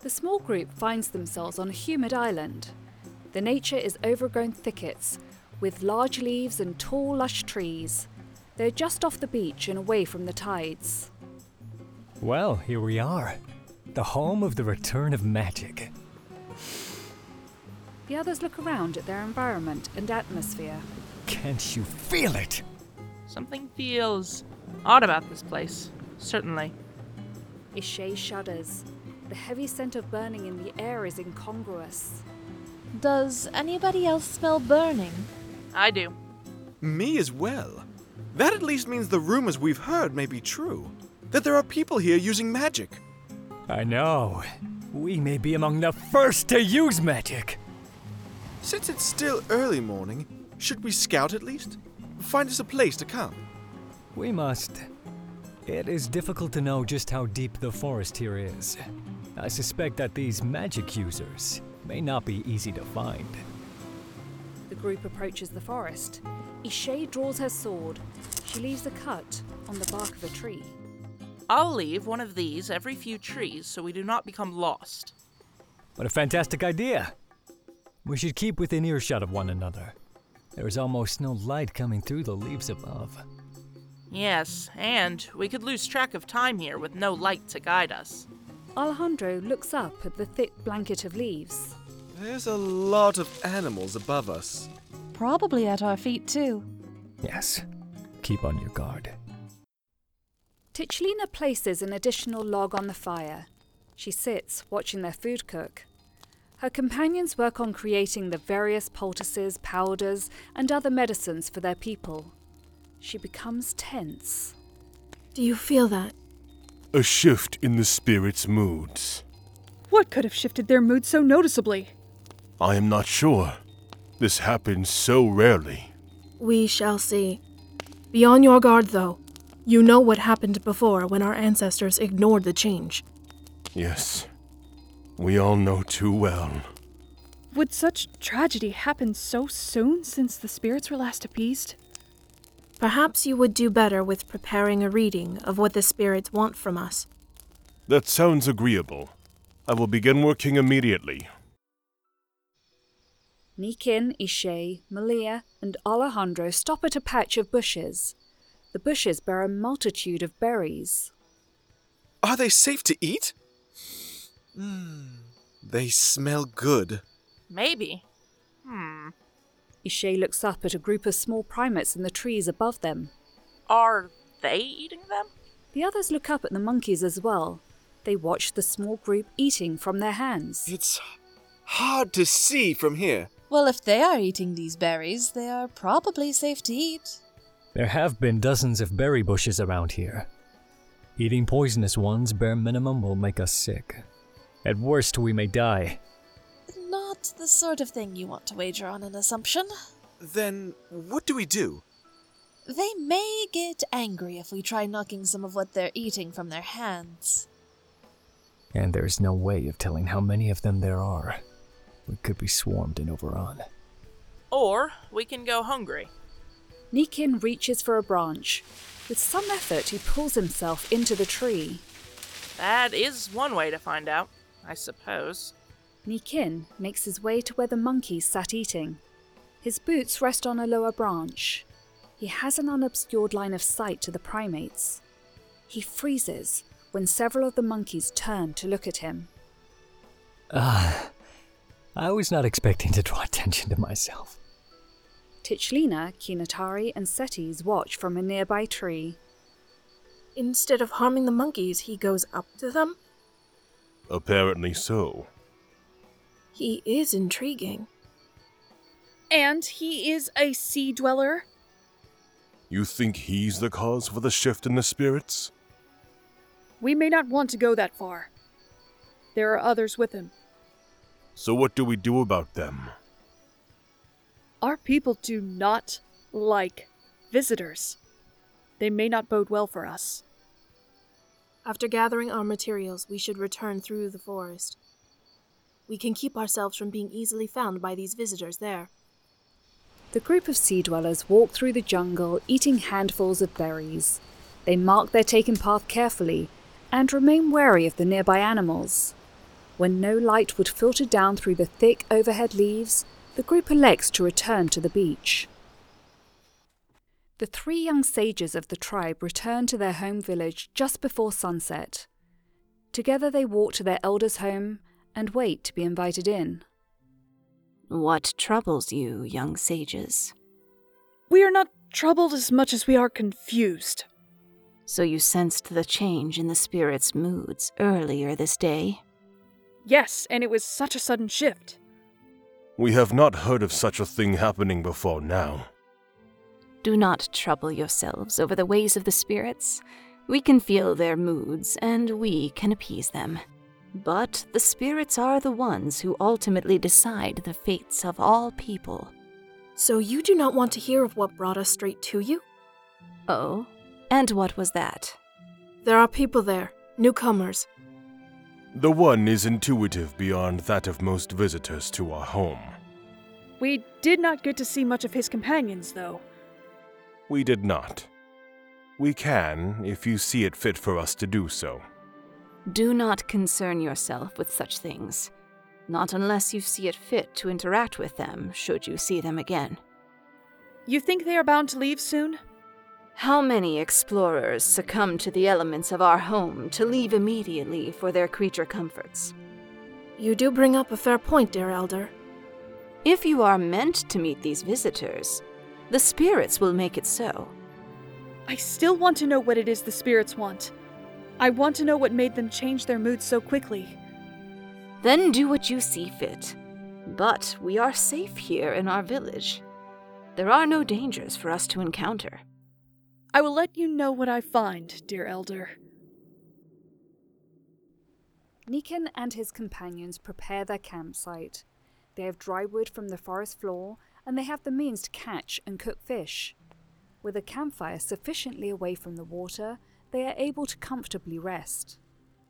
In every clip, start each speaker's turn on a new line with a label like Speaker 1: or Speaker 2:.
Speaker 1: The small group finds themselves on a humid island. The nature is overgrown thickets with large leaves and tall, lush trees. They're just off the beach and away from the tides.
Speaker 2: Well, here we are. The home of the return of magic.
Speaker 1: The others look around at their environment and atmosphere.
Speaker 2: Can't you feel it?
Speaker 3: Something feels odd about this place, certainly.
Speaker 1: Ishay shudders. The heavy scent of burning in the air is incongruous.
Speaker 4: Does anybody else smell burning?
Speaker 3: I do.
Speaker 5: Me as well. That at least means the rumors we've heard may be true. That there are people here using magic.
Speaker 2: I know. We may be among the first to use magic.
Speaker 5: Since it's still early morning, should we scout at least? Find us a place to camp.
Speaker 2: We must. It is difficult to know just how deep the forest here is. I suspect that these magic users may not be easy to find.
Speaker 1: The group approaches the forest. Ishay draws her sword. She leaves a cut on the bark of a tree.
Speaker 3: I'll leave one of these every few trees so we do not become lost.
Speaker 2: What a fantastic idea! We should keep within earshot of one another. There is almost no light coming through the leaves above.
Speaker 3: Yes, and we could lose track of time here with no light to guide us.
Speaker 1: Alejandro looks up at the thick blanket of leaves.
Speaker 5: There's a lot of animals above us.
Speaker 4: Probably at our feet, too.
Speaker 2: Yes, keep on your guard.
Speaker 1: Tichlina places an additional log on the fire. She sits, watching their food cook. Her companions work on creating the various poultices, powders, and other medicines for their people. She becomes tense.
Speaker 6: Do you feel that?
Speaker 7: A shift in the spirits' moods.
Speaker 6: What could have shifted their mood so noticeably?
Speaker 7: I am not sure. This happens so rarely.
Speaker 6: We shall see. Be on your guard, though. You know what happened before when our ancestors ignored the change.
Speaker 7: Yes, we all know too well.
Speaker 6: Would such tragedy happen so soon since the spirits were last appeased? Perhaps you would do better with preparing a reading of what the spirits want from us.
Speaker 7: That sounds agreeable. I will begin working immediately.
Speaker 1: Nikin, Ishay, Malia, and Alejandro stop at a patch of bushes. The bushes bear a multitude of berries.
Speaker 5: Are they safe to eat? Mm. They smell good.
Speaker 3: Maybe. Hmm.
Speaker 1: Ishay looks up at a group of small primates in the trees above them.
Speaker 3: Are they eating them?
Speaker 1: The others look up at the monkeys as well. They watch the small group eating from their hands.
Speaker 5: It's hard to see from here.
Speaker 4: Well, if they are eating these berries, they are probably safe to eat.
Speaker 2: There have been dozens of berry bushes around here. Eating poisonous ones, bare minimum, will make us sick. At worst, we may die.
Speaker 4: Not the sort of thing you want to wager on an assumption.
Speaker 5: Then what do we do?
Speaker 4: They may get angry if we try knocking some of what they're eating from their hands.
Speaker 2: And there's no way of telling how many of them there are. We could be swarmed and overrun.
Speaker 3: Or we can go hungry.
Speaker 1: Nikin reaches for a branch. With some effort, he pulls himself into the tree.
Speaker 3: That is one way to find out, I suppose.
Speaker 1: Nikin makes his way to where the monkeys sat eating. His boots rest on a lower branch. He has an unobscured line of sight to the primates. He freezes when several of the monkeys turn to look at him.
Speaker 2: Ah, I was not expecting to draw attention to myself.
Speaker 1: Tichlina, Kinatari, and Setis watch from a nearby tree.
Speaker 6: Instead of harming the monkeys, he goes up to them?
Speaker 7: Apparently so.
Speaker 6: He is intriguing.
Speaker 8: And he is a sea dweller?
Speaker 7: You think he's the cause for the shift in the spirits?
Speaker 8: We may not want to go that far. There are others with him.
Speaker 7: So, what do we do about them?
Speaker 8: Our people do not like visitors. They may not bode well for us.
Speaker 6: After gathering our materials, we should return through the forest. We can keep ourselves from being easily found by these visitors there.
Speaker 1: The group of sea dwellers walk through the jungle, eating handfuls of berries. They mark their taken path carefully and remain wary of the nearby animals. When no light would filter down through the thick overhead leaves, the group elects to return to the beach. The three young sages of the tribe return to their home village just before sunset. Together they walk to their elder's home and wait to be invited in.
Speaker 9: What troubles you, young sages?
Speaker 8: We are not troubled as much as we are confused.
Speaker 9: So you sensed the change in the spirit's moods earlier this day?
Speaker 8: Yes, and it was such a sudden shift.
Speaker 7: We have not heard of such a thing happening before now.
Speaker 9: Do not trouble yourselves over the ways of the spirits. We can feel their moods, and we can appease them. But the spirits are the ones who ultimately decide the fates of all people.
Speaker 6: So you do not want to hear of what brought us straight to you?
Speaker 9: Oh? And what was that?
Speaker 6: There are people there, newcomers.
Speaker 7: The one is intuitive beyond that of most visitors to our home.
Speaker 8: We did not get to see much of his companions, though.
Speaker 7: We did not. We can, if you see it fit for us to do so.
Speaker 9: Do not concern yourself with such things. Not unless you see it fit to interact with them, should you see them again.
Speaker 8: You think they are bound to leave soon?
Speaker 9: How many explorers succumb to the elements of our home to leave immediately for their creature comforts?
Speaker 6: You do bring up a fair point, dear Elder.
Speaker 9: If you are meant to meet these visitors, the spirits will make it so.
Speaker 8: I still want to know what it is the spirits want. I want to know what made them change their moods so quickly.
Speaker 9: Then do what you see fit. But we are safe here in our village. There are no dangers for us to encounter.
Speaker 8: I will let you know what I find, dear Elder.
Speaker 1: Nikan and his companions prepare their campsite. They have dry wood from the forest floor and they have the means to catch and cook fish. With a campfire sufficiently away from the water, they are able to comfortably rest.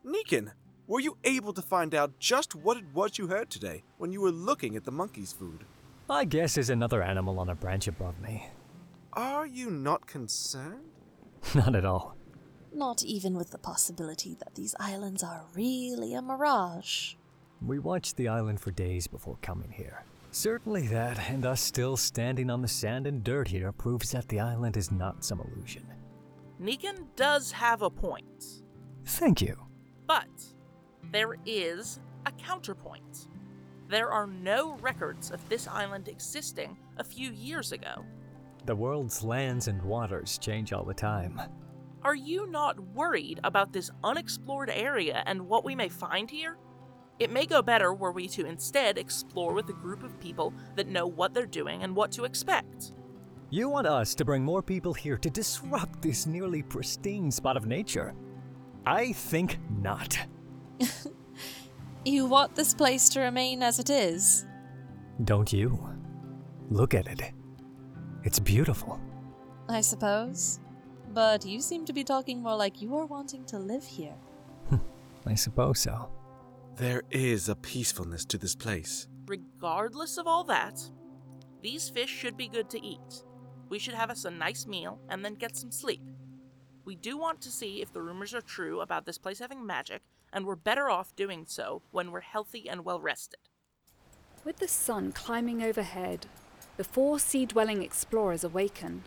Speaker 5: Neekin, were you able to find out just what it was you heard today when you were looking at the monkey's food?
Speaker 2: My guess is another animal on a branch above me.
Speaker 5: Are you not concerned?
Speaker 2: Not at all.
Speaker 4: Not even with the possibility that these islands are really a mirage.
Speaker 2: We watched the island for days before coming here. Certainly that, and us still standing on the sand and dirt here, proves that the island is not some illusion.
Speaker 3: Negan does have a point,
Speaker 2: Thank you.
Speaker 3: but there is a counterpoint. There are no records of this island existing a few years ago.
Speaker 2: The world's lands and waters change all the time.
Speaker 3: Are you not worried about this unexplored area and what we may find here? It may go better were we to instead explore with a group of people that know what they're doing and what to expect.
Speaker 2: You want us to bring more people here to disrupt this nearly pristine spot of nature? I think not.
Speaker 4: You want this place to remain as it is?
Speaker 2: Don't you? Look at it. It's beautiful.
Speaker 4: I suppose. But you seem to be talking more like you are wanting to live here.
Speaker 2: I suppose so.
Speaker 5: There is a peacefulness to this place.
Speaker 3: Regardless of all that, these fish should be good to eat. We should have us a nice meal and then get some sleep. We do want to see if the rumors are true about this place having magic, and we're better off doing so when we're healthy and well rested.
Speaker 1: With the sun climbing overhead, the four sea dwelling explorers awaken.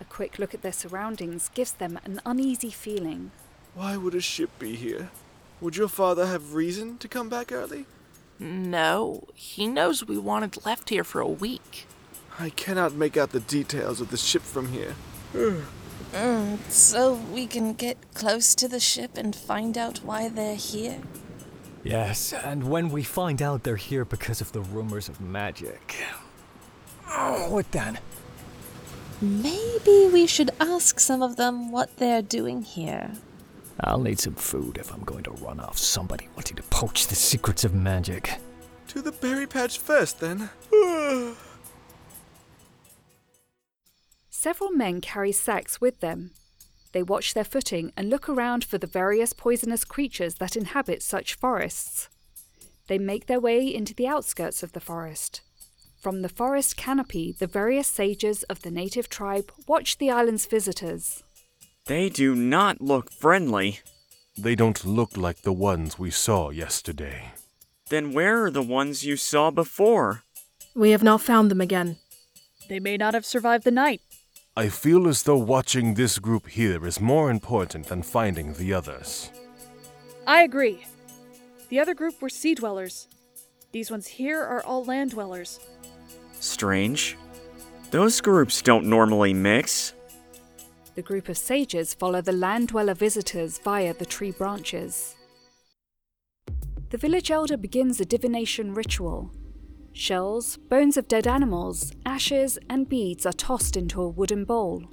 Speaker 1: A quick look at their surroundings gives them an uneasy feeling.
Speaker 5: Why would a ship be here? Would your father have reason to come back early?
Speaker 3: No, he knows we wanted left here for a week.
Speaker 5: I cannot make out the details of the ship from here.
Speaker 4: Mm, so we can get close to the ship and find out why they're here?
Speaker 2: Yes, and when we find out they're here because of the rumors of magic. Oh, what then?
Speaker 4: Maybe we should ask some of them what they're doing here.
Speaker 2: I'll need some food if I'm going to run off somebody wanting to poach the secrets of magic.
Speaker 5: To the berry patch first, then.
Speaker 1: Several men carry sacks with them. They watch their footing and look around for the various poisonous creatures that inhabit such forests. They make their way into the outskirts of the forest. From the forest canopy, the various sages of the native tribe watch the island's visitors.
Speaker 10: They do not look friendly.
Speaker 7: They don't look like the ones we saw yesterday.
Speaker 10: Then where are the ones you saw before?
Speaker 6: We have not found them again.
Speaker 8: They may not have survived the night.
Speaker 7: I feel as though watching this group here is more important than finding the others.
Speaker 8: I agree. The other group were sea dwellers. These ones here are all land dwellers.
Speaker 10: Strange. Those groups don't normally mix.
Speaker 1: The group of sages follow the land dweller visitors via the tree branches. The village elder begins a divination ritual. Shells, bones of dead animals, ashes, and beads are tossed into a wooden bowl.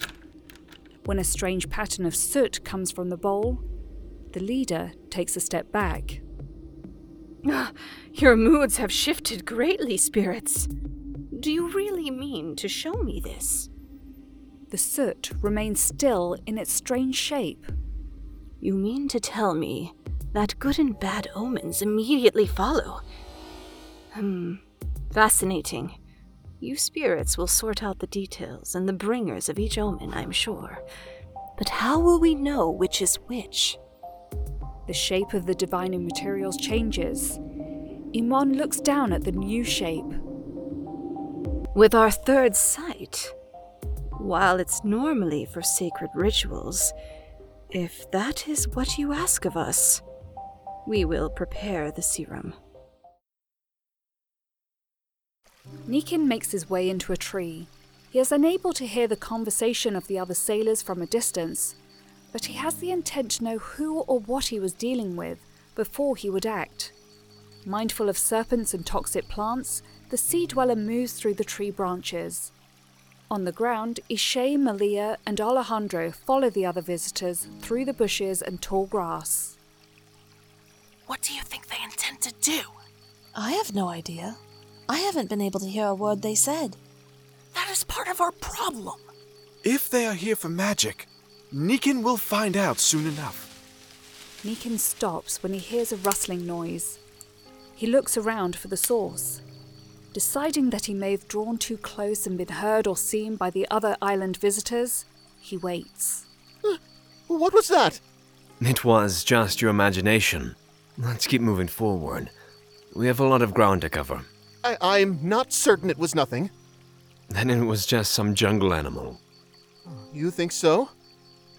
Speaker 1: When a strange pattern of soot comes from the bowl, the leader takes a step back.
Speaker 9: Ah,
Speaker 11: Your moods have shifted greatly, spirits.
Speaker 9: Do you really mean to show me this?
Speaker 1: The soot remains still in its strange shape.
Speaker 9: You mean to tell me that good and bad omens immediately follow? Hmm, fascinating. You spirits will sort out the details and the bringers of each omen, I'm sure. But how will we know which is which?
Speaker 1: The shape of the divining materials changes. Iman looks down at the new shape.
Speaker 9: With our third sight, while it's normally for sacred rituals, if that is what you ask of us, we will prepare the serum.
Speaker 1: Nikin makes his way into a tree. He is unable to hear the conversation of the other sailors from a distance, but he has the intent to know who or what he was dealing with before he would act. Mindful of serpents and toxic plants, the sea dweller moves through the tree branches. On the ground, Ishe, Malia, and Alejandro follow the other visitors through the bushes and tall grass.
Speaker 3: What do you think they intend to do?
Speaker 4: I have no idea. I haven't been able to hear a word they said.
Speaker 3: That is part of our problem.
Speaker 5: If they are here for magic, Nikin will find out soon enough.
Speaker 1: Nikin stops when he hears a rustling noise. He looks around for the source. Deciding that he may have drawn too close and been heard or seen by the other island visitors, he waits.
Speaker 12: What was that?
Speaker 13: It was just your imagination. Let's keep moving forward. We have a lot of ground to cover.
Speaker 12: I- I'm not certain it was nothing.
Speaker 13: Then it was just some jungle animal.
Speaker 12: You think so?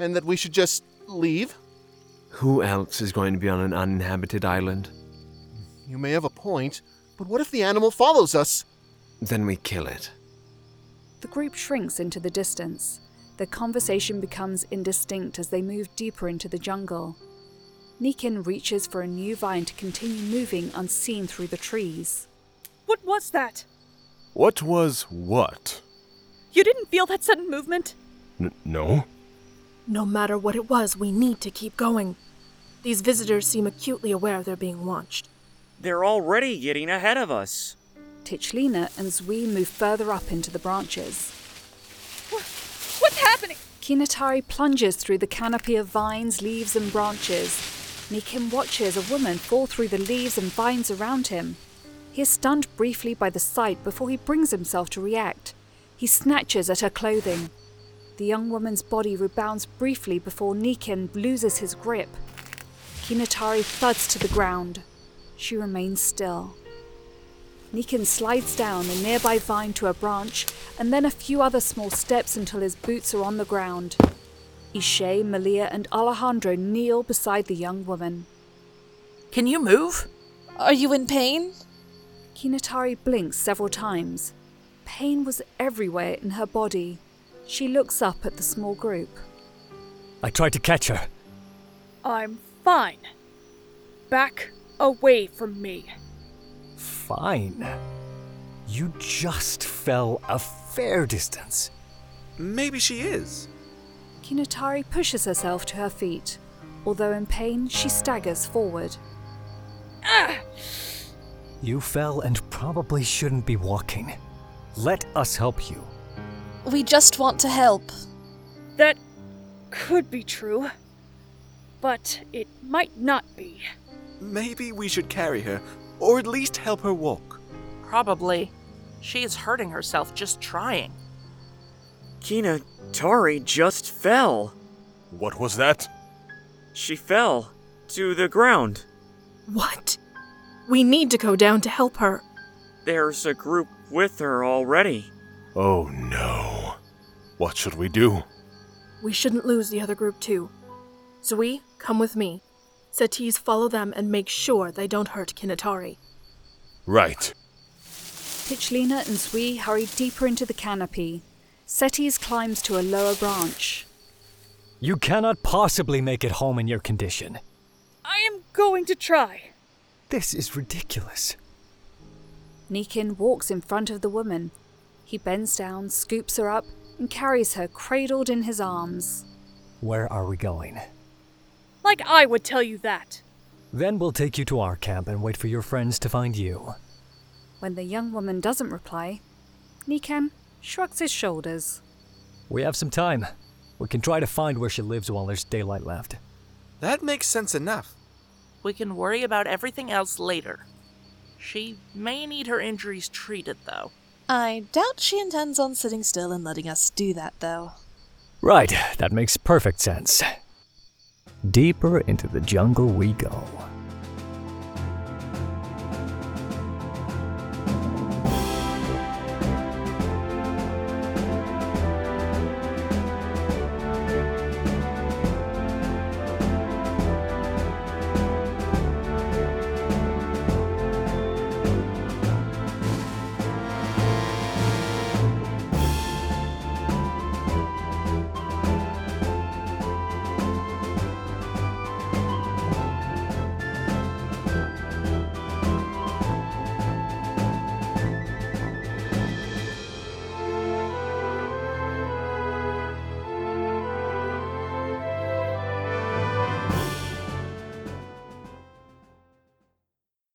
Speaker 12: And that we should just leave?
Speaker 13: Who else is going to be on an uninhabited island?
Speaker 12: You may have a point, but what if the animal follows us?
Speaker 13: Then we kill it.
Speaker 1: The group shrinks into the distance. Their conversation becomes indistinct as they move deeper into the jungle. Nikin reaches for a new vine to continue moving unseen through the trees.
Speaker 8: What was that?
Speaker 7: What was what?
Speaker 8: You didn't feel that sudden movement?
Speaker 7: N- no.
Speaker 6: No matter what it was, we need to keep going. These visitors seem acutely aware they're being watched.
Speaker 10: They're already getting ahead of us.
Speaker 1: Tichlina and Zui move further up into the branches.
Speaker 8: What's happening?
Speaker 1: Kinatari plunges through the canopy of vines, leaves, and branches. Nikin watches a woman fall through the leaves and vines around him. He is stunned briefly by the sight before he brings himself to react. He snatches at her clothing. The young woman's body rebounds briefly before Nikin loses his grip. Kinatari thuds to the ground. She remains still. Nikin slides down a nearby vine to a branch and then a few other small steps until his boots are on the ground. Ishe, Malia, and Alejandro kneel beside the young woman.
Speaker 3: Can you move?
Speaker 4: Are you in pain?
Speaker 1: Kinatari blinks several times. Pain was everywhere in her body. She looks up at the small group.
Speaker 2: I tried to catch her.
Speaker 8: I'm fine. Back away from me.
Speaker 2: Fine. You just fell a fair distance.
Speaker 5: Maybe she is.
Speaker 1: Kinatari pushes herself to her feet. Although in pain, she staggers forward.
Speaker 8: Ah!
Speaker 2: You fell and probably shouldn't be walking. Let us help you.
Speaker 4: We just want to help.
Speaker 8: That could be true, but it might not be.
Speaker 5: Maybe we should carry her, or at least help her walk.
Speaker 3: Probably. She is hurting herself just trying.
Speaker 10: Kina Tari just fell.
Speaker 7: What was that?
Speaker 10: She fell. to the ground.
Speaker 6: What? We need to go down to help her.
Speaker 10: There's a group with her already.
Speaker 7: Oh no. What should we do?
Speaker 6: We shouldn't lose the other group, too. Zui, come with me. Satis, follow them and make sure they don't hurt Kinatari.
Speaker 7: Right.
Speaker 1: Pichlina and Zui hurry deeper into the canopy. Setis climbs to a lower branch.
Speaker 2: You cannot possibly make it home in your condition.
Speaker 8: I am going to try.
Speaker 2: This is ridiculous.
Speaker 1: Nikin walks in front of the woman. He bends down, scoops her up, and carries her cradled in his arms.
Speaker 2: Where are we going?
Speaker 8: Like I would tell you that.
Speaker 2: Then we'll take you to our camp and wait for your friends to find you.
Speaker 1: When the young woman doesn't reply, Nikan shrugs his shoulders.
Speaker 2: We have some time. We can try to find where she lives while there's daylight left.
Speaker 5: That makes sense enough.
Speaker 3: We can worry about everything else later. She may need her injuries treated, though.
Speaker 4: I doubt she intends on sitting still and letting us do that, though.
Speaker 2: Right, that makes perfect sense. Deeper into the jungle we go.